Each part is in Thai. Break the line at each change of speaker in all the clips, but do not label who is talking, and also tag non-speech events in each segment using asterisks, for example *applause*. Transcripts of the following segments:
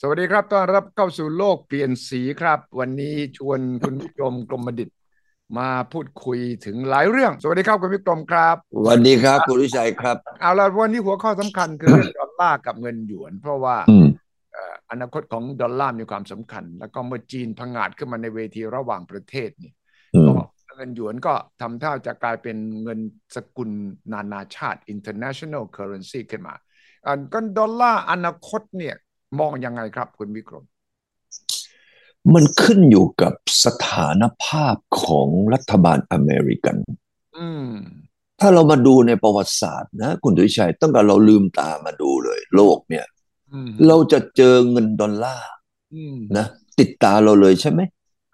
สวัสดีครับต้อนรับเข้าสู่โลกเปลี่ยนสีครับ วันนี้ชวนคุณวิกรมกรมดิตมาพูดคุยถึงหลายเรื่อง สวัสดีครับคุณวิกรมครับ
สวัสดีครับคุณวิชัยครับ
เอาละวันนี้หัวข้อสำคัญคือ เรื่องดอลลาร์กับเงินหยวน เพราะว่า
อืม
เอ่ออนาคตของดอลลาร์มีความสำคัญ แล้วก็เมื่อจีนพังอาจขึ้นมาในเวทีระหว่างประเทศเนี่ย
อืม
ก็เงินหยวนก็ทำท่าจะกลายเป็นเงินสกุลนานาชาติ international currency ขึ้นมาอ่าก็ดอลลาร์อนาคตเนี่ยมองยังไงครับคุณวิกรม
มันขึ้นอยู่กับสถานภาพของรัฐบาลอเมริกัน
อืม
ถ้าเรามาดูในประวัติศาสตร์นะคุณวิชัยตั้งแต่เราลืมตามาดูเลย โลกเนี่ย
อืม
เราจะเจอเงินดอลลาร์
อืม
นะ ติดตาเราเลยใช่ไหม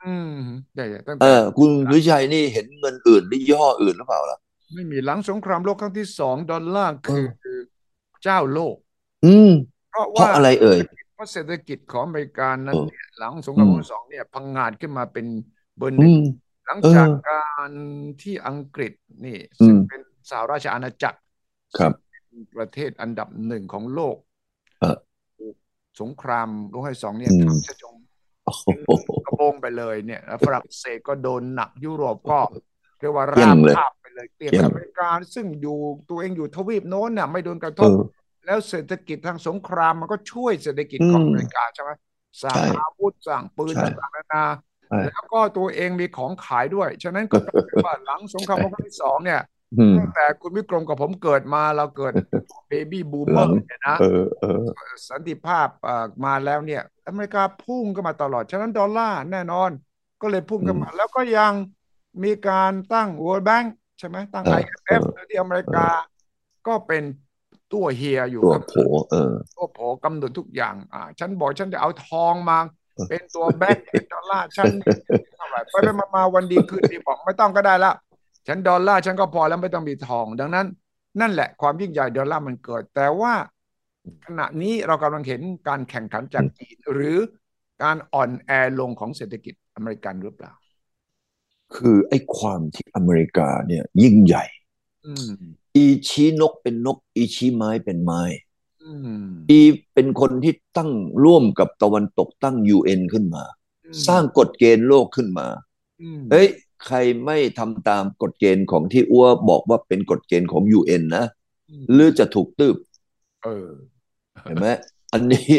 อืมใหญ่ๆตั้ง
เอ
แต่
อคุณวิชัยนี่เห็นเงินอื่นหรือยี่ห้ออื่นหรือเปล่าล่ะ
ไม่มีหลังสงครามโลกครั้งที่สองดอลลาร์
เอ
คือ อเจ้าโลก
อืม
เพราะ
เพ
ว่า
ราะอะไรเอ่ย
เพราะเศรษฐกิจของอเมริกานั้
เอน อ
เนี่ยหลังสงค
อื
รามโลกค
ม
รั้งที่สองเนี่ยพังงาดขึ้นมาเป็นเบอร์ห
อื
นึ่ง
ม
หลัง
เอ
จาก
อ
การที่อังกฤษนี่
อื
ซึ่ง
ม
เป็นสหราชอาณาจักร
ค
ซึ่
รั
ง
บ
เป็นประเทศอันดับหนึ่งของโลก
เออ
สงครามโลกครั้งที่สองเนี่ย
อืม
ทำชะจง
โอ้โ
เป็นกระ
ห
โปงไปเลยเนี่ยแล้วฝรั่งเศสก็โดนหนักยุโรปก็เรียกว่า
เยี่ย
ราง บ
เลย
คาบไปเลยเปรียบ
เยี่
กั
ย
บ
ง
อเมริกาซึ่งอยู่ตัวเองอยู่ทวีปโน้นน่ะไม่โดนกระท
เอบ อ
แล้วเศรษฐกิจทางสงครามมันก็ช่วยเศรษฐกิจ
อื
ของ
ม
อเมริกาใช่ไหมสั่ง
ใช่
อาวุธสั่งปืน
ใช่
ต่างๆนานา
ใช่
แล้วก็ตัวเองมีของขายด้วย ฉะนั้นก็กลายเป็นว่าหลังสงครามโลกครั้งที่สองเนี่ย
อืม
ตั้งแต่คุณวิกรมกับผมเกิดมาเราเกิดเบบี้บูมเมอ
หลัง
ร์เนี่ยนะ
เออเออ
สันติภาพเอ่อมาแล้วเนี่ย อเมริกาพุ่งกันมาตลอด ฉะนั้นดอลลาร์แน่นอน ก็เลยพุ่ง
อื
กัน
ม
มา แล้วก็ยังมีการตั้ง World Bank ใช่ไหมตั้ง
เออเอ
IMF
อ
โดยที่อเมริ
เออก
าก็เป็นตัวเฮียอยู่
ตัว
ข้าง
โผ
หลัง
เออ
ตัวโผกำหนดทุกอย่าง อ่า ฉันบอกฉันจะเอาทอง
*laughs*
มา เป็นตัวแบงก์เป็นดอลลาร์ฉันนี่เท่าไหร่ไปไปมามาวันดีคืนดีบอกไม่ต้องก็ได้ละฉันดอลลาร์ฉันก็พอแล้วไม่ต้องมีทอง ดังนั้น นั่นแหละความยิ่งใหญ่ดอลลาร์มันเกิด แต่ว่า ขณะนี้เรากำลังเห็นการแข่งขันจากจีนหรือการอ่อนแอลงของเศรษฐกิจอเมริกันหรือเปล่า
คือไอ้ความที่อเมริกาเนี่ย ยิ่งใหญ่
อืม
อีชี้นกเป็นนก อีชี้ไม้เป็นไม้
อืม
อีเป็นคนที่ตั้งร่วมกับตะวันตกตั้ง UN ขึ้นมา
อื
สร้าม งกฎเกณฑ์โลกขึ้นมา
อืม
เฮ้ย ใครไม่ทำตามกฎเกณฑ์ของที่อ้วบอกว่าเป็นกฎเกณฑ์ของ UN นะ
อืม
หรือจะถูกตืบ
เออ
เห็นไหม
*laughs*
อันนี้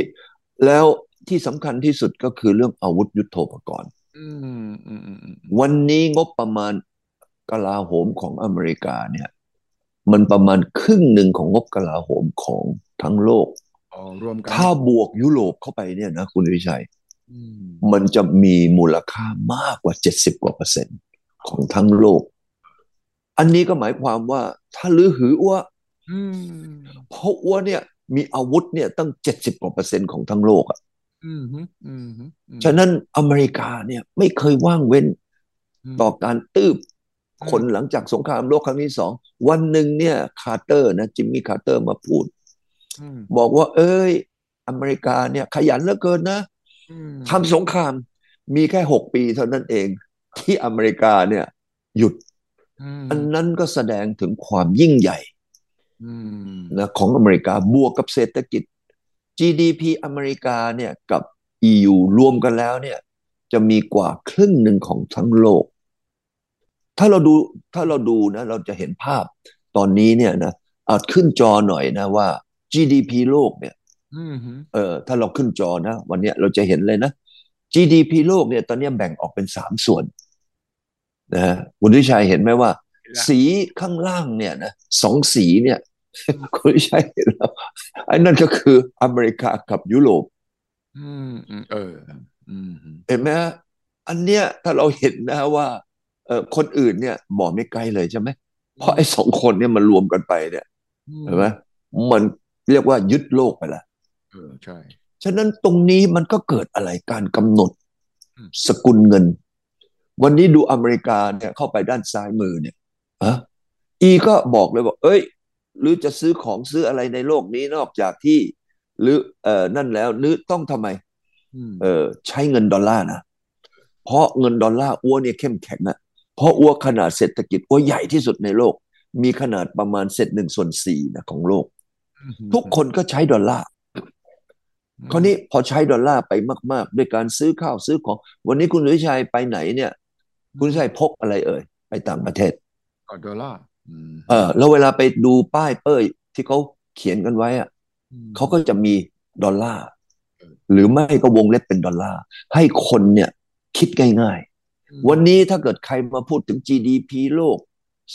แล้วที่สำคัญที่สุดก็คือเรื่องอาวุธยุโทโธปกรณ์
อืม อืม อืม อืม
วันนี้งบประมาณกลาโหมของอเมริกาเนี่ย มันประมาณครึ่งหนึ่งของงบกลาโหมของทั้งโลก
อ๋อ รวมกัน
ถ้าบวกยุโรปเข้าไปเนี่ยนะคุณวิชัย
อืม
มันจะมีมูลค่ามากกว่าเจ็ดสิบกว่าเปอร์เซ็นต์ของทั้งโลก อันนี้ก็หมายความว่าถ้าลือหืออ้ว
อืม
เพราะอ้วเนี่ยมีอาวุธเนี่ยตั้งเจ็ดสิบกว่าเปอร์เซ็นต์ของทั้งโลกอะ
อืม อืม อืม
ฉะนั้นอเมริกาเนี่ยไม่เคยว่างเว้น
อืม
ต่อการตืบ
อื
ค
ม
นหลังจากสงครามโลกครั้งที่สอง วันหนึ่งเนี่ยคาร์เตอร์นะจิมมี่คาร์เตอร์มาพูด
อืม
บอกว่า เอ้ย อเมริกาเนี่ยขยันเหลือเกินนะ
อืม
ทำสงครามมีแค่หกปีเท่านั้นเอง ที่อเมริกาเนี่ยหยุด
อืม
อันนั้นก็แสดงถึงความยิ่งใหญ่
อืม
นะของอเมริกาบวกกับเศรษฐกิจ GDP อเมริกาเนี่ยกับ EU รวมกันแล้วเนี่ย จะมีกว่าครึ่งหนึ่งของทั้งโลก ถ้าเราดูถ้าเราดูนะ เราจะเห็นภาพตอนนี้เนี่ยนะเอาขึ้นจอหน่อยนะว่า GDP โลกเนี่ย
อืม
เออถ้าเราขึ้นจอนะ วันเนี้ยเราจะเห็นเลยนะ GDP โลกเนี่ยตอนเนี้ยแบ่งออกเป็นสามส่วนนะฮะคุณวิชัยเห็นไหมว่า
ละ
สีข้างล่างเนี่ยนะสองสีเนี่ย *laughs*
อืม
คุณวิชัยเห็นแล้วไอ้นั่นก็คืออเมริกากับยุโรป
อืม เออ อืม
เห็นไหมฮะอันเนี้ยถ้าเราเห็นนะว่าเอ่อคนอื่นเนี่ยหมอไม่ไกลเลยใช่ไหมเพ
อื
ราะ
ม
ไอ้สองคนเนี่ยมันรวมกันไปเนี่ย
อื
เห็น
ม
ไหมมันเรียกว่ายึดโลกไปละ
เออ ใช่
ฉะนั้นตรงนี้มันก็เกิดอะไรการกำหนด
อืม
สกุลเงิน วันนี้ดูอเมริกาเนี่ยเข้าไปด้านซ้ายมือเนี่ยอะอีก็บอกเลยบอกเอ้ย หรือจะซื้อของซื้ออะไรในโลกนี้นอกจากที่ หรือเอ่อนั่นแล้วนึต้องทำไม
อืม
เอ่อใช้เงินดอลลาร์นะ เพราะเงินดอลลาร์อ้วนเนี่ยเข้มแข็งอะเพราะอ้วนขนาดเศรษฐกิจอ้วนใหญ่ที่สุดในโลก มีขนาดประมาณเศษหนึ่งส่วนสี่นะของโลก
อืม
ทุกคนก็ใช้ดอลลาร์
อืม
คราวนี้พอใช้ดอลลาร์ไปมาก ๆ ด้วยการซื้อข้าวซื้อของ วันนี้คุณวิชัยไปไหนเนี่ย คุณวิชัยพกอะไรเอ่ย ไปต่างประเทศ
ก็ดอลลาร์อืม
เออแล้วเวลาไปดูป้ายเป้ยที่เขาเขียนกันไว้อะเขาก็จะมีดอลลาร์หรือไม่ก็วงเล็บเป็นดอลลาร์ให้คนเนี่ยคิดง่ายๆ วันนี้ถ้าเกิดใครมาพูดถึง GDP โลก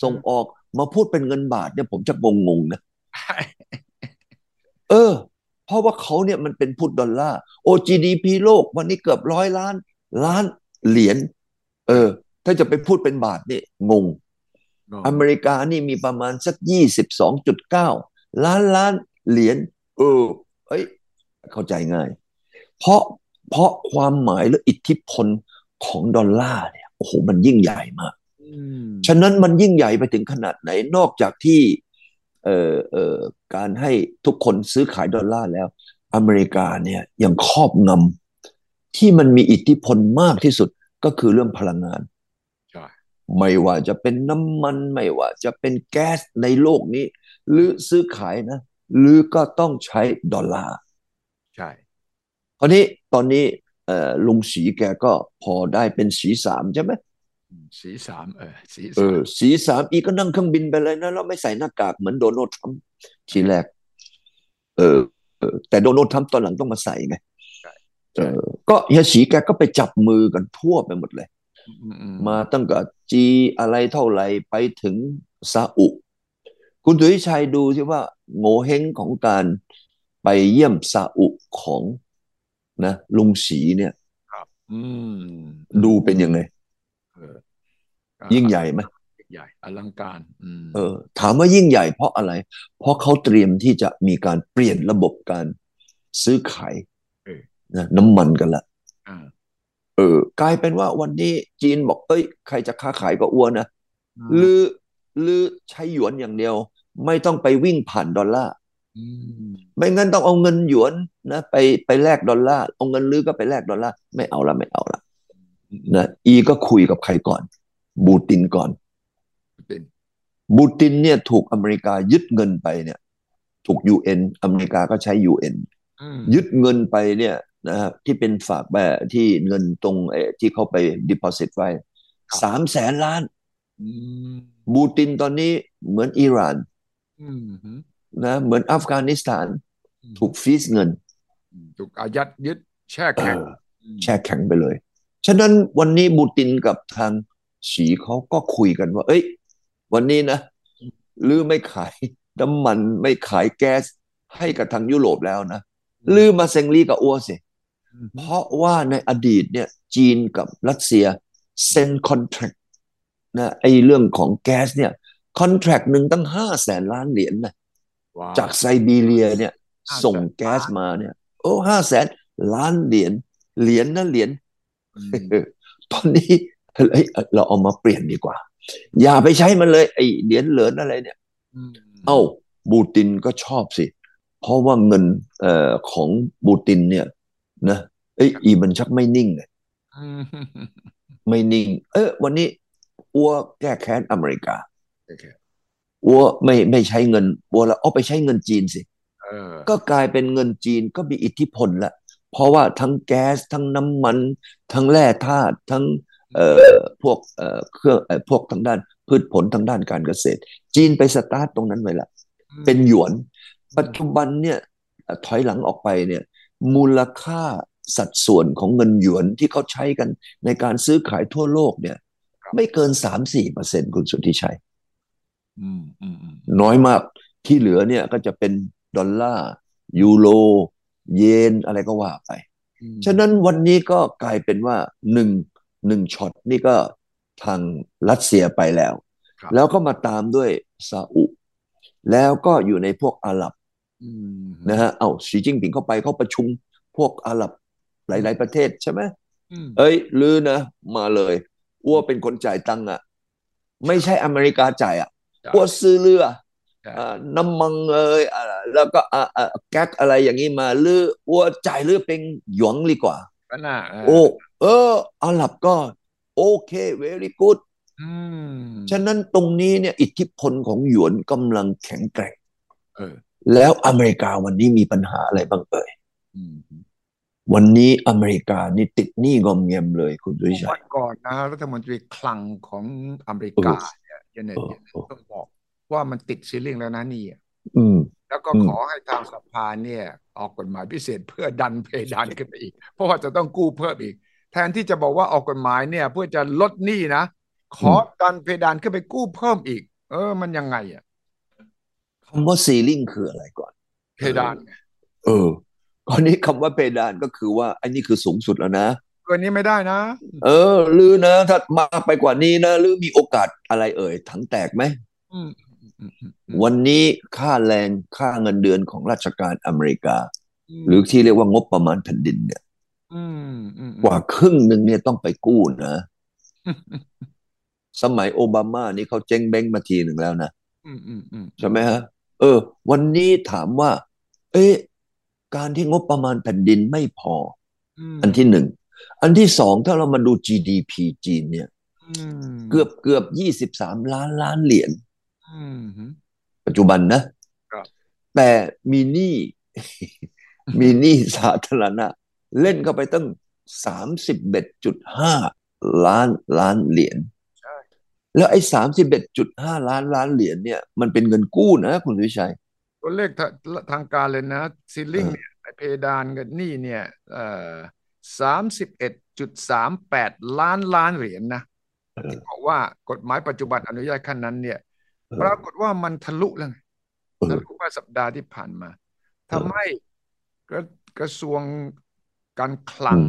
ส่งออกมาพูดเป็นเงินบาทเนี่ยผมจะงงๆนะ เออ เพราะว่าเขาเนี่ยมันเป็นพุทธดอลลาร์โอ GDP โลกวันนี้เกือบร้อยล้าน ล้านเหรียญเออ ถ้าจะไปพูดเป็นบาทนี่งง อเมริกานี่มีประมาณสักยี่สิบสองจุดเก้าล้านล้านเหรียญเออเอ้ย เข้าใจง่าย เพราะเพราะความหมายและอิทธิพลของดอลลาร์เนี่ยโอ้โหมันยิ่งใหญ่มาก
อืม
ฉะนั้นมันยิ่งใหญ่ไปถึงขนาดไหนนอกจากที่เอ่อเอ่อการให้ทุกคนซื้อขายดอลลาร์แล้ว อเมริกาเนี่ยยังครอบงำที่มันมีอิทธิพลมากที่สุดก็คือเรื่องพลังงาน
ใช่
ไม่ว่าจะเป็นน้ำมันไม่ว่าจะเป็นแก๊สในโลกนี้ หรือซื้อขายนะ หรือก็ต้องใช้ดอลลาร์
ใช่
คราวนี้ตอนนี้เอ่อลุงสีแกก็พอได้เป็นสีสามใช่ไหม
อืมสีสามเออสี
เอ
สาม
อสีสามอีก็นั่งเครื่องบินไปเลยนะแล้วไม่ใส่หน้ากากเหมือนโดนัลด์ทรัมป์ทีแรก เออเออ แต่โดนัลด์ทรัมป์ตอนหลังต้องมาใส่ไงเออ ก็เฮียสีแกก็ไปจับมือกันทั่วไปหมดเลย
อือื
มาตั้งแต่จีอะไรเท่าไหร่ไปถึงซาอุ คุณตุวิชัยดูสิว่าโงเห้งของการไปเยี่ยมซาอุของนะลุงสีเนี่ย
อืม
ดูเป็นยังไง
เออก็
ยิ่งใหญ่ไหม
ใหญ่อลังการ อืม
เออถามว่ายิ่งใหญ่เพราะอะไร เพราะเขาเตรียมที่จะมีการเปลี่ยนระบบการซื้อขายนะน้ำมันกันละ
อ่า
เออกลายเป็นว่าวันนี้จีนบอกเอ้ยใครจะค้าขายก็อ้วนนะหรือหรือใช้หยวนอย่างเดียว ไม่ต้องไปวิ่งผ่านดอลลาร์
ม
ไม่งั้นต้องเอาเงินหยวนนะไปไปแลกดอลลาร์เอาเงินลือก็ไปแลกดอลลาร์ไม่เอาละไม่เอาละนะอีก็คุยกับใครก่อน บูตินก่อน
เป็น
บูตินเนี่ยถูกอเมริกายึดเงินไปเนี่ย ถูก UN อเมริกาก็ใช้ UN
อืม
ยึดเงินไปเนี่ยนะฮะที่เป็นฝากแบบที่เงินตรงเออที่เขาไป deposit ไว้สามแสนล้าน
อืม
บูตินตอนนี้เหมือนอิหร่าน
อืมอืม
นะเหมือนอัฟกานิสถานถูกฟรีซเงิน
ถูกอายัดยึดแช่
เอ
แข็ง
อแช่แข็งไปเลย ฉะนั้นวันนี้บูตินกับทางสีเขาก็คุยกันว่า เอ้ย วันนี้นะหรือไม่ขายน้ำมันไม่ขายแก๊สให้กับทางยุโรปแล้วนะ ลืมมาเซงลีกับอัวสิ
อืม
เพราะว่าในอดีตเนี่ยจีนกับรัสเซียเซ็นคอนแทรคนะไอเรื่องของแก๊สเนี่ยคอนแทรคหนึ่งตั้งห้าแสนล้านเหรียญนะ
ว้ว
จากไซบีเรียเนี่ย
500,000
ส่งแก๊สมาเนี่ยโอ้ห้าแสนล้านเหรียญเหรียญนะเหรียญ *laughs*
อืม
ตอนนี้ *laughs* เอ้ยเราเอามาเปลี่ยนดีกว่า อย่าไปใช้มันเลยไอเหรียญเหรินอะไรเนี่ย
ม
เอ้าบูตินก็ชอบสิ เพราะว่าเงินเอ่อของบูตินเนี่ยนะเอ้ยอีมันชักไม่นิ่งไง
อืม
ไม่นิ่ง เออวันนี้อัวแก้แค้นอเมริกา
โอเค
อัวไม่ไม่ใช้เงินอัวละเอาไปใช้เงินจีนสิ
เออ
ก็กลายเป็นเงินจีนก็มีอิทธิพลละ เพราะว่าทั้งแก๊สทั้งน้ำมัน ทั้งแร่ธาตุทั้งเอ่อพวกเอ่อเครื่องเอ่อพวกทางด้านพืชผลทางด้านการเกษตร จีนไปสตาร์ทตรงนั้นไว้ละ เป็นหยวน ปัจจุบันเนี่ยเอ่อถอยหลังออกไปเนี่ยมูลค่าสัดส่วนของเงินหยวนที่เขาใช้กันในการซื้อขายทั่วโลกเนี่ย ไม่เกิน 3-4%เปอร์เซ็นต์คุณสุทธิชัย
อืมอืมอืม
น้อยมากที่เหลือเนี่ยก็จะเป็นดอลลาร์ยูโรเยนอะไรก็ว่าไป
อืม
ฉะนั้นวันนี้ก็กลายเป็นว่าหนึ่งหนึ่งช็อตนี่ก็ทางรัสเซียไปแล้ว
ครับ
แล้วก็มาตามด้วยซาอุ แล้วก็อยู่ในพวกอาหรับ
อืม
นะฮะ เอาสีจิ้งผิงเข้าไปเขาประชุมพวกอาหรับหลาย ๆ ประเทศใช่ไหม
อืม
เอ้ย ลือนะ มาเลย อ้วเป็นคนจ่ายตังค์อ่ะ ไม่ใช่อเมริกาจ่ายอ่ะ อ้วซื้อเรืออ่าน้ำมังเอยอ่าแล้วก็อ่าอ่าแก๊กอะไรอย่างนี้มาลืออ้วจ่ายลือเป็นหยวนดีกว่า
ก็น่าเ
โอ้ เออ อาหรับก็ โอเค very good
อืม
ฉะนั้นตรงนี้เนี่ย อิทธิพลของหยวนกำลังแข็งแกร่ง
เออ
แล้วอเมริกาวันนี้มีปัญหาอะไรบ้างเอ่ย
อืม
วันนี้อเมริกานี่ติดหนี้งอมเงียมเลยคุณสุวิชั
วั
ย
นก่อนนะ รัฐมนตรีคลังของอเมริกาเนี่ยเจเน็ต
เออ
เย
เออ
ต้องบอกว่ามันติดซีลิงแล้วนะนี่อะ
อืม
แล้วก็
อืม
ขอให้ทางสภาเนี่ย ออกกฎหมายพิเศษเพื่อดันเพดานขึ้นไปอีก เพราะว่าจะต้องกู้เพิ่มอีก แทนที่จะบอกว่าออกกฎหมายเนี่ย เพื่อจะลดหนี้นะขอดันเพดานขึ้นไปกู้เพิ่มอีก เออ มันยังไงอะ
คำว่าซีลิงคืออะไรก่อน
เพดาน
เออก่อนนี้คำว่าเพดานก็คือว่าไอ้นี่คือสูงสุดแล้วนะ
เกินนี้ไม่ได้นะ
เออลือนะถ้ามากไปกว่านี้นะหรือมีโอกาสอะไรเอ่ยถังแตกไหม
อืมอืมอืมอืมอืม
วันนี้ค่าแรงค่าเงินเดือนของราชการอเมริกา
ม
หรือที่เรียกว่างบประมาณแผ่นดินเนี่ย
อืมอืมอืม
กว่าครึ่งหนึ่งเนี่ยต้องไปกู้นะ สมัยโอบามานี่เขาเจ๊งแบงก์มาทีหนึ่งแล้วนะ
อืมอืมอืม
ใช่ไหมฮะ เออ วันนี้ถามว่า เอ๊ะการที่งบประมาณแผ่นดินไม่พอ
อืม
อันที่หนึ่ง อันที่สองถ้าเรามาดู GDP จีนเนี่ย
อืม
เกือบเกือบยี่สิบสามล้านล้านเหรียญ
อืมฮึ
ปัจจุบันนะครับ แต่มีหนี้ *laughs* มีหนี้สาธารณะ เล่นเข้าไปตั้งสามสิบเอ็ดจุดห้าล้านล้านเหรียญแล้วไอ้สามสิบเอ็ดจุดห้าล้านล้านเหรียญเนี่ย มันเป็นเงินกู้นะคุณสุวิชัย
ตัวเลขทาทางการเลยนะซีลิง
เออ
เนี่ยไอ้เพดานกับหนี้เนี่ยเอ่อสามสิบเอ็ดจุดสามแปดล้านล้านเหรียญนะ
เออ
ที่บอกว่ากฎหมายปัจจุบันอนุญาตขั้นนั้นเนี่ย
เออ
ปรากฏว่ามันทะลุแล้วไง
เอ
ทะ
อ
ลุเมื่อสัปดาห์ที่ผ่านมาทำให้กระกระทรวงการคลัง
อืม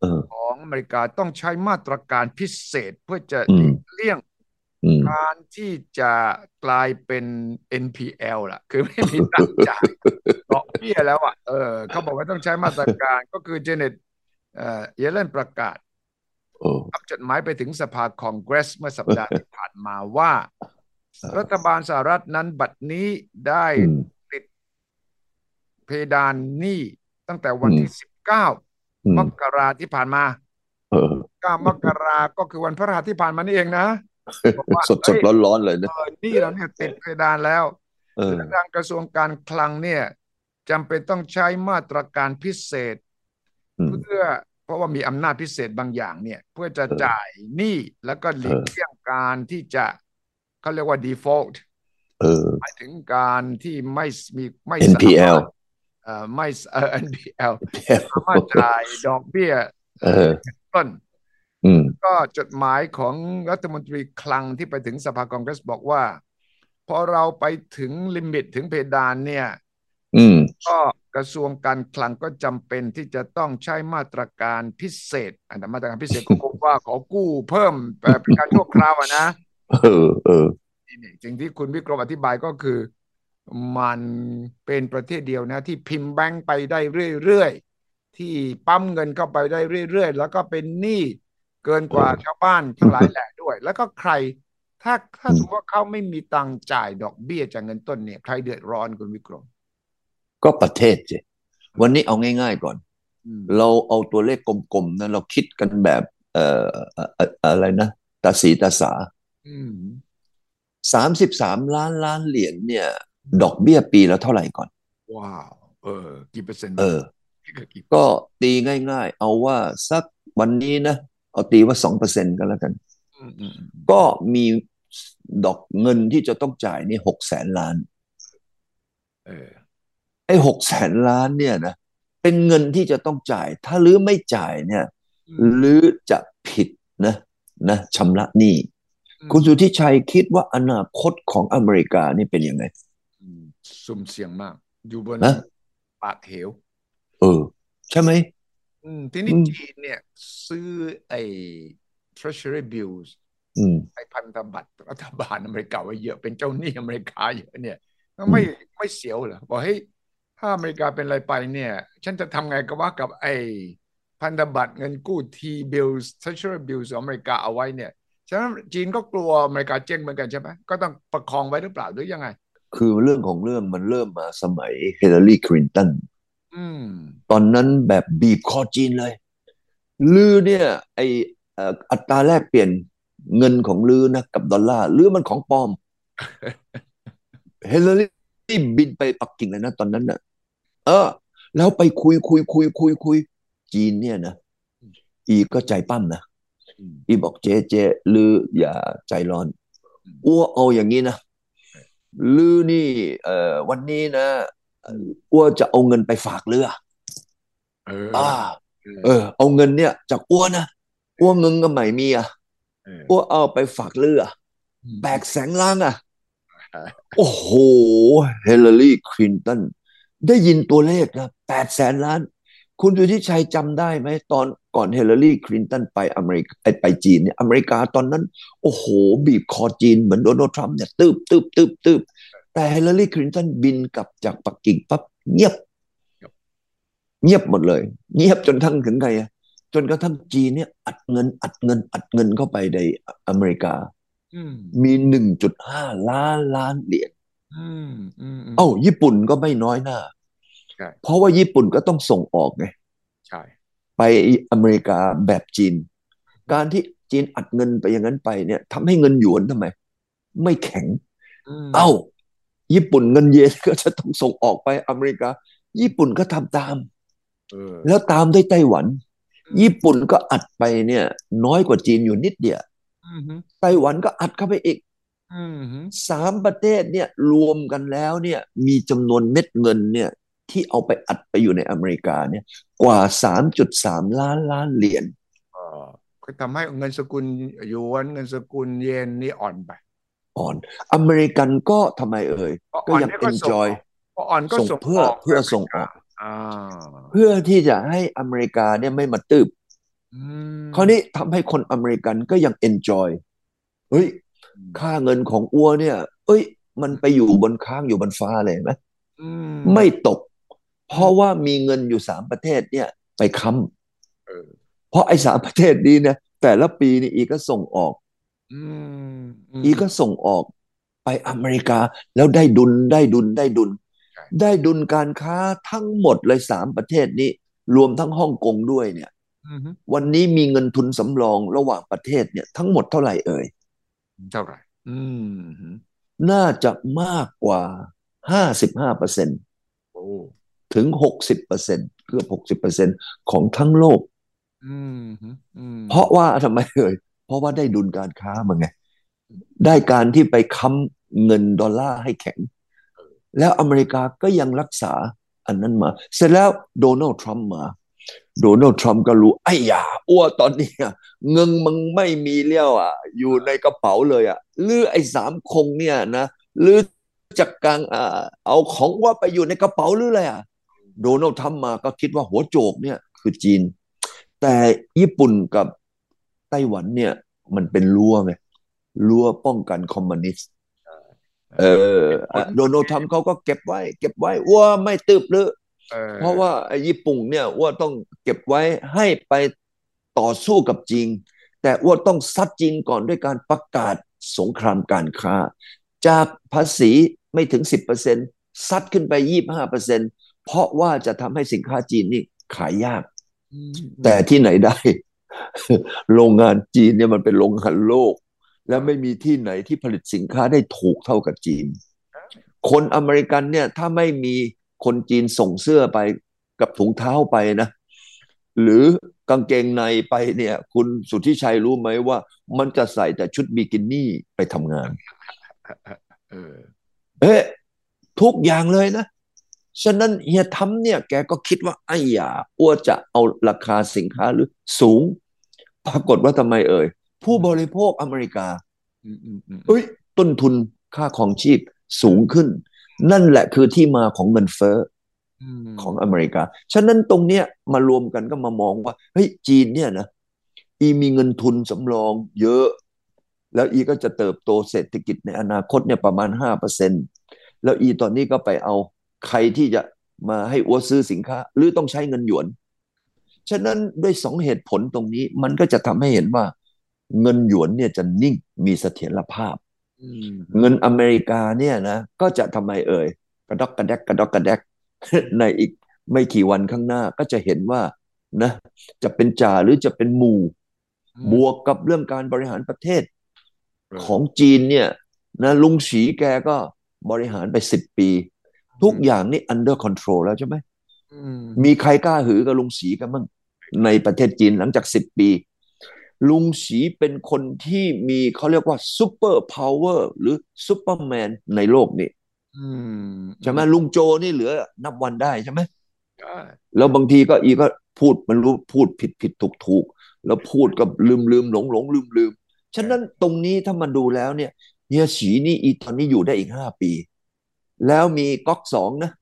เออ
ของอเมริกาต้องใช้มาตรการพิเศษเพื่อจะ
อืม
เลี่ยง
อืม
การที่จะกลายเป็น NPL ล่ะ คือไม่มีตังค์จ่ายดอกเบี้ยแล้วอ่ะเออเขาบอกว่าต้องใช้มาตรการก็คือเจเน็ตเอ่อเยเลนประกาศ
เออ
ทำจดหมายไปถึงสภาคองเกรสเมื่อสัปดาห์ที่ผ่านมาว่า รัฐบาลสหรัฐนั้นบัดนี้ได้
อืม
เพดานหนี้ตั้งแต่วันที่ 19
อื
ม
ม
กราที่ผ่านมา
เออ
9 มกราก็คือวันพฤหัสที่ผ่านมานี่เองนะบอกว่า
*laughs* สดสดร้อนร้อนๆเลยนะ
เออหนี่เราเนี่ยติดเพดานแล้ว
เออ
และทางกระทรวงการคลังเนี่ยจำเป็นต้องใช้มาตรการพิเศษ
อืม
เพื่อเพราะว่ามีอำนาจพิเศษบางอย่างเนี่ย เพื่อจะ
เออ
จ่ายหนี้แล้วก็หลีก
เออ
เลี่ยงการที่จะเขาเรียกว่า default
เออ
หมายถึงการที่ไม่มีไม่สามารถ
NPL
เอ่อไม่เอ่อ NPL สามารถจ่ายดอกเบี้ย
เออ
ต้น
อืม
ก็จดหมายของรัฐมนตรีคลังที่ไปถึงสภาคองเกรสบอกว่า พอเราไปถึงลิมิตถึงเพดานเนี่ย
อืม
ก็กระทรวงการคลังก็จำเป็นที่จะต้องใช้มาตรการพิเศษ อันนั้นมาตรการพิเศษก็คงว่าขอกู้เพิ่มเอ่อเป็นการชั่วคราวอะนะ
เออ เออ
นี่นี่สิ่งที่คุณวิกรมอธิบายก็คือ มันเป็นประเทศเดียวนะ ที่พิมพ์แบงค์ไปได้เรื่อยๆ ที่ปั๊มเงินเข้าไปได้เรื่อยๆ แล้วก็เป็นหนี้เกินกว่าชาวบ้านทั้งหลายแหล่ด้วย แล้วก็ใคร ถ้าถ้าสมมติว่าเขาไม่มีตังค์จ่ายดอกเบี้ยจากเงินต้นเนี่ยใครเดือดร้อนคุณวิกรม
ก็ประเทศสิวันนี้เอาง่าย ๆ ก่อน
อืม
เราเอาตัวเลขกลมๆนะเราคิดกันแบบ เอ่อเอ่อเอ่ออะไรนะตาสีตาสา
อืม
สามสิบสามล้านล้านเหรียญเนี่ย ดอกเบี้ยปีละเท่าไหร่ก่อน
ว้าว เออ กี่เปอร์เซ็นต์
เออ
กี่
ก็ตีง่ายๆ เอาว่าสักวันนี้นะ เอาตีว่าสองเปอร์เซ็นต์กันแล้วกัน
อืมอืมอืม
ก็มีดอกเงินที่จะต้องจ่ายนี่หกแสนล้าน
เออ
ไอ้หกแสนล้านเนี่ยนะเป็นเงินที่จะต้องจ่าย ถ้าลือไม่จ่ายเนี่ย
อืม
ลือจะผิดนะนะชำระหนี้
อืม
คุณสุทธิชัยคิดว่าอนาคตของอเมริกานี่เป็นยังไง
อืมสุ่มเสี่ยงมาก อยู่บน
นะ
ปากเหว
เออ ใช่ไหม
อืมทีนี้
อืม
จีนเนี่ย ซื้อไอ้ treasury bills
อืม
ไอ้พันธบัตรรัฐบาลอเมริกาไว้เยอะเป็นเจ้าหนี้อเมริกาเยอะเนี่ยก็ไม่ไม่เสียวเหรอบอกเฮ้ยถ้าอเมริกาเป็นอะไรไปเนี่ย ฉันจะทำไงกับว่ากับไอ้พันธบัตรเงินกู้ T bills treasury bills ของอเมริกาเอาไว้เนี่ยฉะนั้นจีนก็กลัวอเมริกาเจ๊งเหมือนกันใช่ไหมก็ต้องประคองไว้หรือเปล่าหรือยังไง
คือเรื่องของเรื่องมันเริ่มมาสมัยเฮเลอรีคลินตัน
อืม
ตอนนั้นแบบบีบคอจีนเลย ลือเนี่ย ไอเอ่ออัตราแลกเปลี่ยนเงินของลือนะ กับดอลลาร์ลือมันของปลอม *laughs* เฮเลอรี่บินไปปักกิ่งเลยนะตอนนั้นน่ะ เออ แล้วไปคุยคุยคุยคุยคุยจีนเนี่ยนะอีก็ใจปั้มนะ
อืม
อีบอกเจ๊เจ๊ลืออย่าใจร้อน
อืม
อ้วเอาอย่างนี้นะลือนี่ เอ่อวันนี้นะ
อืม
อ้วจะเอาเงินไปฝากเรือ
เออ
อ่า
เออ
เออ เอาเงินเนี่ย จากอ้วนะอ้วเงินก็ไม่มีอ่ะ
เออ
อ้วเอาไปฝากเรือ
อืม
แบกแสงล่างอ่ะ
อ่า
โอ้โหเฮเลอรี่คลินตันได้ยินตัวเลขนะแปดแสนล้าน คุณสุทธิชัยจำได้ไหมตอนก่อนเฮเลอรี่คลินตันไปอเมริกาเอ้ยไปจีนเนี่ยอเมริกาตอนนั้น โอ้โห บีบคอจีนเหมือนโดนัลด์ทรัมป์เนี่ยตืบตืบตืบตืบแต่เฮเลอรี่คลินตันบินกลับจากปักกิ่งปั๊บเงียบ
ครับ
เงียบหมดเลย เงียบจนทั้งถึงไงอะจนกระทั่งจีนเนี่ยอัดเงินอัดเงินอัดเงินเข้าไปในอเมริกา
อืม
มีหนึ่งจุดห้าล้านล้านเหรียญ
อืมอืมอืม
เอ้าญี่ปุ่นก็ไม่น้อยหน้า
ใช่
เพราะว่าญี่ปุ่นก็ต้องส่งออกไง
ใช่
ไปอเมริกาแบบจีน การที่จีนอัดเงินไปอย่างนั้นไปเนี่ยทำให้เงินหยวนทำไม ไม่แข็ง
ม
เอ้า ญี่ปุ่นเงินเยนก็จะต้องส่งออกไปอเมริกา ญี่ปุ่นก็ทำตาม
เออ
แล้วตามด้วยไต้หวัน
อืม
ญี่ปุ่นก็อัดไปเนี่ย น้อยกว่าจีนอยู่นิดเดียว
อืมฮึ
ไต้หวันก็อัดเข้าไปอีก
อืมฮึ
สามประเทศเนี่ยรวมกันแล้วเนี่ยมีจำนวนเม็ดเงินเนี่ยที่เอาไปอัดไปอยู่ในอเมริกาเนี่ยกว่า 3.3 ล้านล้านเหรียญ
เออก็ทำให้เงินสกุลหยวนเงินสกุลเยนนี่อ่อนไป
อ่อน อเมริกันก็ทำไมเอ่ย
พอ
ก็
อ่อน
ยัง
เนี่ย
เอ
ก็
น
ส่ง
จอย
ออกพออ่อนก็
ส่ง
ส่ง
เพื่อ
ออก
เพื่อส่งออก
อ่า
เพื่อที่จะให้อเมริกาเนี่ยไม่มาตืบ
อืม
คราวนี้ทำให้คนอเมริกันก็ยังเอนจอยเฮ้ย ค่าเงินของอัวเนี่ย เอ้ย มันไปอยู่บนค้างอยู่บนฟ้าเลยเห็นไหม
อืม
ไม่ตก
ม
เพราะว่ามีเงินอยู่สามประเทศเนี่ยไปค้
เออ
ำเพราะไอ้สามประเทศนี้นะแต่ละปีนี่อีก็ส่งออก
อืมอืม
อีก็ส่งออกไปอเมริกาแล้วได้ดุลได้ดุลได้ดุล
ใช่
ได้ดุลการค้าทั้งหมดเลยสามประเทศนี้ รวมทั้งฮ่องกงด้วยเนี่ย
อืมฮึ
วันนี้มีเงินทุนสำรองระหว่างประเทศเนี่ยทั้งหมดเท่าไหร่เอ่ย
เท่าไหร่อืมฮึ
น่าจะมากกว่าห้าสิบห้าเปอร์เซ็น
โอ้
ถึงหกสิบเปอร์เซ็นเกือบหกสิบเปอร์เซ็นของทั้งโลก
อืมฮึอืม
เพราะว่าทำไมเอ่ยเพราะว่าได้ดุลการค้ามาไง ได้การที่ไปค้ำเงินดอลลาร์ให้แข็ง แล้วอเมริกาก็ยังรักษาอันนั้นมา เสร็จแล้วโดนัลด์ทรัมป์มา โดนัลด์ทรัมป์ก็รู้ ไอ้ยาอ้วตอนนี้อะเงินมึงไม่มีเลี้ยวอ่ะ อยู่ในกระเป๋าเลยอ่ะหรือไอ้สามคงเนี่ยนะหรือจากกลางอ่าเอาของว่าไปอยู่ในกระเป๋าหรืออะไรอ่ะ โดนัลด์ทรัมป์มาก็คิดว่าหัวโจกเนี่ยคือจีน แต่ญี่ปุ่นกับไต้หวันเนี่ย มันเป็นรั้วไงรั้วป้องกันคอมมิวนิสต์เอออ่ะโดนัลด์ทรัมป์เขาก็เก็บไว้ เก็บไว้ว่าไม่ตืบหรือ
ออ
เพราะว่าไอ้ญี่ปุ่นเนี่ยอ้ว่าต้องเก็บไว้ให้ไปต่อสู้กับจีนแต่อ้ว่าต้องซัดจีนก่อนด้วยการประกาศสงครามการค้า จากภาษีไม่ถึง 10%ซัดขึ้นไป 25%เพราะว่าจะทำให้สินค้าจีนนี่ขายยาก
อืม
แต่ที่ไหนได้ *laughs* โรงงานจีนเนี่ยมันเป็นโรงงานโลก และไม่มีที่ไหนที่ผลิตสินค้าได้ถูกเท่ากับจีน คนอเมริกันเนี่ยถ้าไม่มีคนจีนส่งเสื้อไปกับถุงเท้าไปนะ หรือกางเกงในไปเนี่ย คุณสุทธิชัยรู้ไหมว่า มันจะใส่แต่ชุดบิกินี่ไปทำงาน
เออ
เอ๊ะทุกอย่างเลยนะ ฉะนั้นเฮียทำเนี่ยแกก็คิดว่าไอ้หยาอ้วจะเอาราคาสินค้าหรือสูง ปรากฏว่าทำไมเอ่ย ผู้บริโภคอเมริกา
อืมอืมอืม
เอ้ย ต้นทุนค่าของชีพสูงขึ้น นั่นแหละคือที่มาของเงินเฟ้อ
อืม
ของอเมริกา ฉะนั้นตรงเนี้ยมารวมกันก็มามองว่า เฮ้ยจีนเนี่ยนะ อีมีเงินทุนสำรองเยอะ แล้วอีก็จะเติบโตเศรษฐกิจในอนาคตเนี่ยประมาณห้าเปอร์เซ็นแล้วอีตอนนี้ก็ไปเอาใครที่จะมาให้อัวซื้อสินค้า หรือต้องใช้เงินหยวน ฉะนั้นด้วยสองเหตุผลตรงนี้มันก็จะทำให้เห็นว่า เงินหยวนเนี่ยจะนิ่งมีเสถียรภาพ
อืม
เงินอเมริกาเนี่ยนะ ก็จะทำไมเอ่ยกระดอกกระแดกกระดอกกระแด *laughs* ก ในอีกไม่กี่วันข้างหน้าก็จะเห็นว่านะ จะเป็นจ่าหรือจะเป็นหมู่
อืม
บวกกับเรื่องการบริหารประเทศ
เออ
ของจีนเนี่ยนะลุงฉีแกก็บริหารไปสิบปี ทุกอย่างนี่ under control แล้วใช่ไหม
อืม
มีใครกล้าหือกับลุงสีกันบ้างในประเทศจีนหลังจากสิบปี ลุงสีเป็นคนที่มีเขาเรียกว่าซูเปอร์พาวเวอร์หรือซูเปอร์แมนในโลกนี่
อืม
ใช่ไหมลุงโจนี่เหลือนับวันได้ใช่ไหม
ใช่
แล้วบางทีก็อีก็พูดมันรู้พูดผิดผิดถูกถูกแล้วพูดกับลืมลืมหลงหลงลืมลืมฉะนั้นตรงนี้ถ้ามันดูแล้วเนี่ยเฮียฉีนี่อีตอนนี้อยู่ได้อีกห้าปี แล้วมีก๊อกสองนะ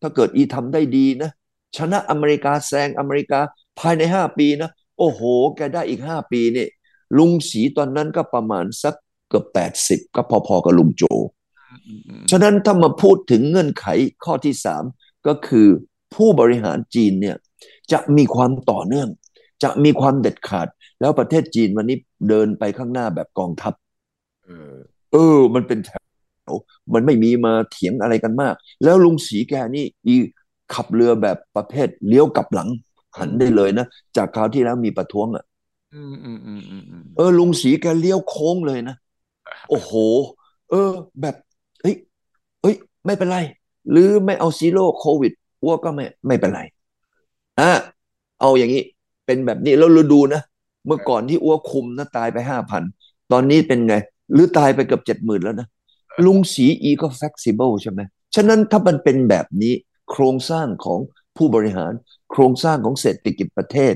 ถ้าเกิดอีทำได้ดีนะ ชนะอเมริกาแซงอเมริกาภายในห้าปีนะ โอ้โห แกได้อีกห้าปีนี่ลุงสีตอนนั้นก็ประมาณสักเกือบแปดสิบก็พอๆกับลุงโจ
อืมอืม
ฉะนั้นถ้ามาพูดถึงเงื่อนไขข้อที่สามก็คือผู้บริหารจีนเนี่ยจะมีความต่อเนื่อง จะมีความเด็ดขาด แล้วประเทศจีนวันนี้เดินไปข้างหน้าแบบกองทัพ
เออ
เออ มันเป็นแถว มันไม่มีมาเถียงอะไรกันมาก แล้วลุงสีแกนี่อีขับเรือแบบประเภทเลี้ยวกลับหลัง หันได้เลยนะ จากคราวที่แล้วมีประท้วงอ่ะ
อืมอืมอืมอืมอืม
เออลุงศรีแกเลี้ยวโค้งเลยนะ โอ้โห เออ แบบเฮ้ยเฮ้ย ไม่เป็นไร หรือไม่เอาซีโร่โควิดอ้วกก็ไม่ไม่เป็นไรอ่ะเอาอย่างนี้ เป็นแบบนี้แล้วเราดูนะ เมื่อก่อนที่อ้วกคุมนะตายไปห้าพันตอนนี้เป็นไง หรือตายไปเกือบเจ็ดหมื่นแล้วนะ ลุงศรีอีก็ flexible ใช่ไหมฉะนั้นถ้ามันเป็นแบบนี้ โครงสร้างของผู้บริหาร โครงสร้างของเศรษฐกิจประเทศ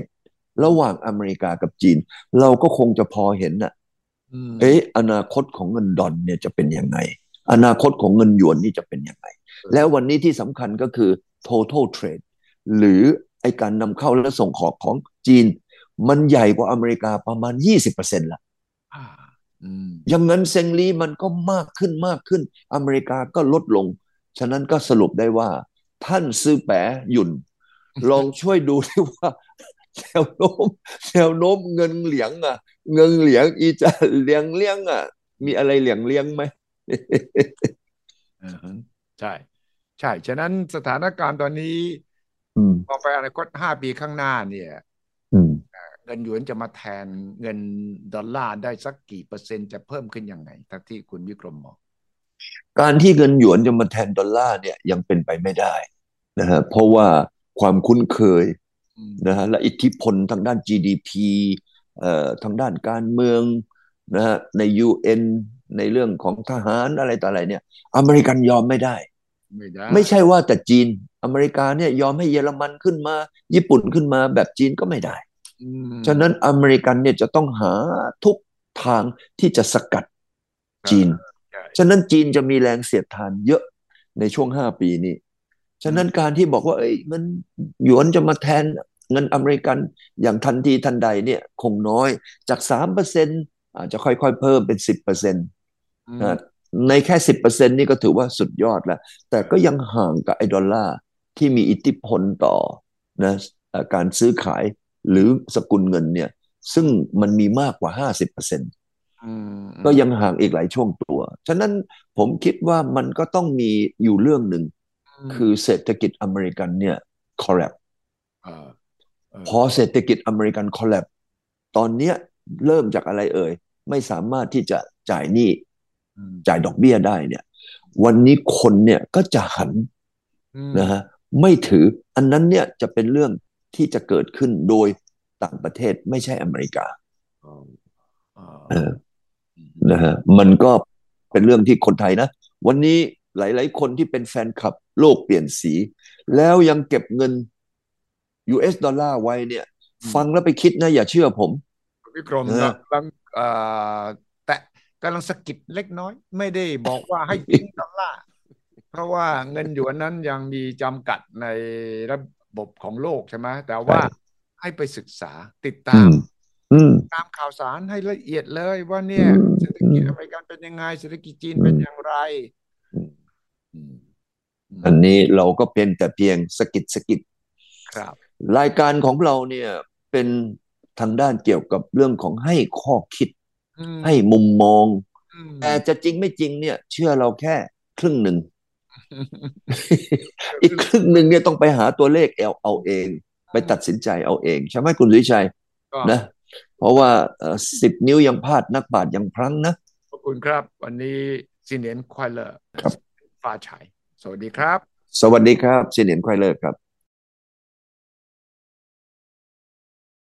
ระหว่างอเมริกากับจีน เราก็คงจะพอเห็นน่ะ
อืม
เอ๊ะอนาคตของเงินดอลเนี่ยจะเป็นยังไง อนาคตของเงินหยวนนี่จะเป็นยังไง แล้ววันนี้ที่สำคัญก็คือ total trade หรือไอการนำเข้าและส่งออกของจีน มันใหญ่กว่าอเมริกาประมาณ 20%ละ
อ่าอืม
อย่างนั้นเซงลีมันก็มากขึ้นมากขึ้น อเมริกาก็ลดลง ฉะนั้นก็สรุปได้ว่า ท่านซื้อแปะหยุ่น ลองช่วยดูที่ว่า *laughs* แนวโน้มแนวโน้มเงินเหลียงอ่ะ เงินเหลียงอีจะเหลียงเลี้ยงอ่ะ มีอะไรเหลียงเลี้ยงไหม *laughs*
เออใช่ ใช่ ฉะนั้นสถานการณ์ตอนนี้
อืม
พอไปอนาคตห้าปีข้างหน้าเนี่ย
อืม
เงินหยวนจะมาแทนเงินดอลลาร์ได้สักกี่เปอร์เซ็นต์จะเพิ่มขึ้นยังไงทั้งที่คุณวิกรมมอง
การที่เงินหยวนจะมาแทนดอลลาร์เนี่ยยังเป็นไปไม่ได้นะฮะเพราะว่าความคุ้นเคย
อืม
นะฮะและอิทธิพลทางด้าน GDP เอ่อทางด้านการเมืองนะฮะใน UN ในเรื่องของทหารอะไรต่ออะไรเนี่ย อเมริกันยอมไม่ได้
ไม่ได้
ไม่ใช่ว่าแต่จีนอเมริกาเนี่ยยอมให้เยอรมันขึ้นมา ญี่ปุ่นขึ้นมาแบบจีนก็ไม่ได้
อืม
ฉะนั้นอเมริกันเนี่ยจะต้องหาทุกทางที่จะสกัดจีน
ใช่
ฉะนั้นจีนจะมีแรงเสียดทานเยอะในช่วงห้าปีนี้ ฉะนั้นการที่บอกว่าเอ้ยเงินหยวนจะมาแทนเงินอเมริกันอย่างทันทีทันใดเนี่ยคงน้อยจากสามเปอร์เซ็นต์อาจจะค่อยๆเพิ่มเป็นสิบเปอร์เซ็นต์
อืม
นะในแค่สิบเปอร์เซ็นนี่ก็ถือว่าสุดยอดแล้ว แต่ก็ยังห่างกับไอ้ดอลลาร์ที่มีอิทธิพลต่อนะเอ่อการซื้อขายหรือสกุลเงินเนี่ย ซึ่งมันมีมากกว่าห้าสิบเปอร์เซ็น
อืม
ก็ยังห่างอีกหลายช่วงตัว ฉะนั้นผมคิดว่ามันก็ต้องมีอยู่เรื่องหนึ่ง
ม
คือเศรษฐกิจอเมริกันเนี่ย collapse
เออเออ
พอเศรษฐกิจอเมริกันคอล a p s e ตอนเนี้ยเริ่มจากอะไรเอ่ย ไม่สามารถที่จะจ่ายหนี้
ม
จ่ายดอกเบี้ยได้เนี่ย วันนี้คนเนี่ยก็จะหัน
อืม
นะฮะไม่ถืออันนั้นเนี่ยจะเป็นเรื่องที่จะเกิดขึ้นโดยต่างประเทศไม่ใช่อเมริกา
เออเออ
เออนะฮะมันก็เป็นเรื่องที่คนไทยนะ วันนี้หลาย ๆ คนที่เป็นแฟนคลับโลกเปลี่ยนสี แล้วยังเก็บเงิน US ดอลลาร์ไว้เนี่ย ฟังแล้วไปคิดนะ อย่าเชื่อผม
วิกรม
เออ
กำลังเอ่อแตะกำลังสะกิดเล็กน้อย ไม่ได้บอกว่าให้ทิ้งดอลลาร์เพราะว่าเงินหยวนนั้นยังมีจำกัดในระบบของโลกใช่ไหมแต่ว่าให้ไปศึกษาติดตา
อื
ม
ม อืม
ตามข่าวสารให้ละเอียดเลยว่าเนี่ย
อืม
เศรษฐกิจ
อืม
อเมริกันเป็นยังไงเศรษฐกิจจีนเป็น
อืม
อย่างไร
อืม
อืม
อันนี้เราก็เป็นแต่เพียงสะกิดสะกิด
ครับ
รายการของเราเนี่ยเป็นทางด้านเกี่ยวกับเรื่องของให้ข้อคิด
อืม
ให้มุมมอง
อืม
แต่จะจริงไม่จริงเนี่ย เชื่อเราแค่ครึ่งหนึ่ง อีกครึ่งหนึ่งเนี่ยต้องไปหาตัวเลขเอาเอาเอง ไปตัดสินใจเอาเอง ใช่ไหมคุณสุวิชัย
ก็
นะ เพราะว่าสิบนิ้วยังพลาดนักบาทยังพลั้งนะ
ขอบคุณครับ วันนี้ซินเนียนควายเลอร์
ครับ
ฟ้าชัยสวัสดีครับ
สวัสดีครับเสนียนควายเลิกครับ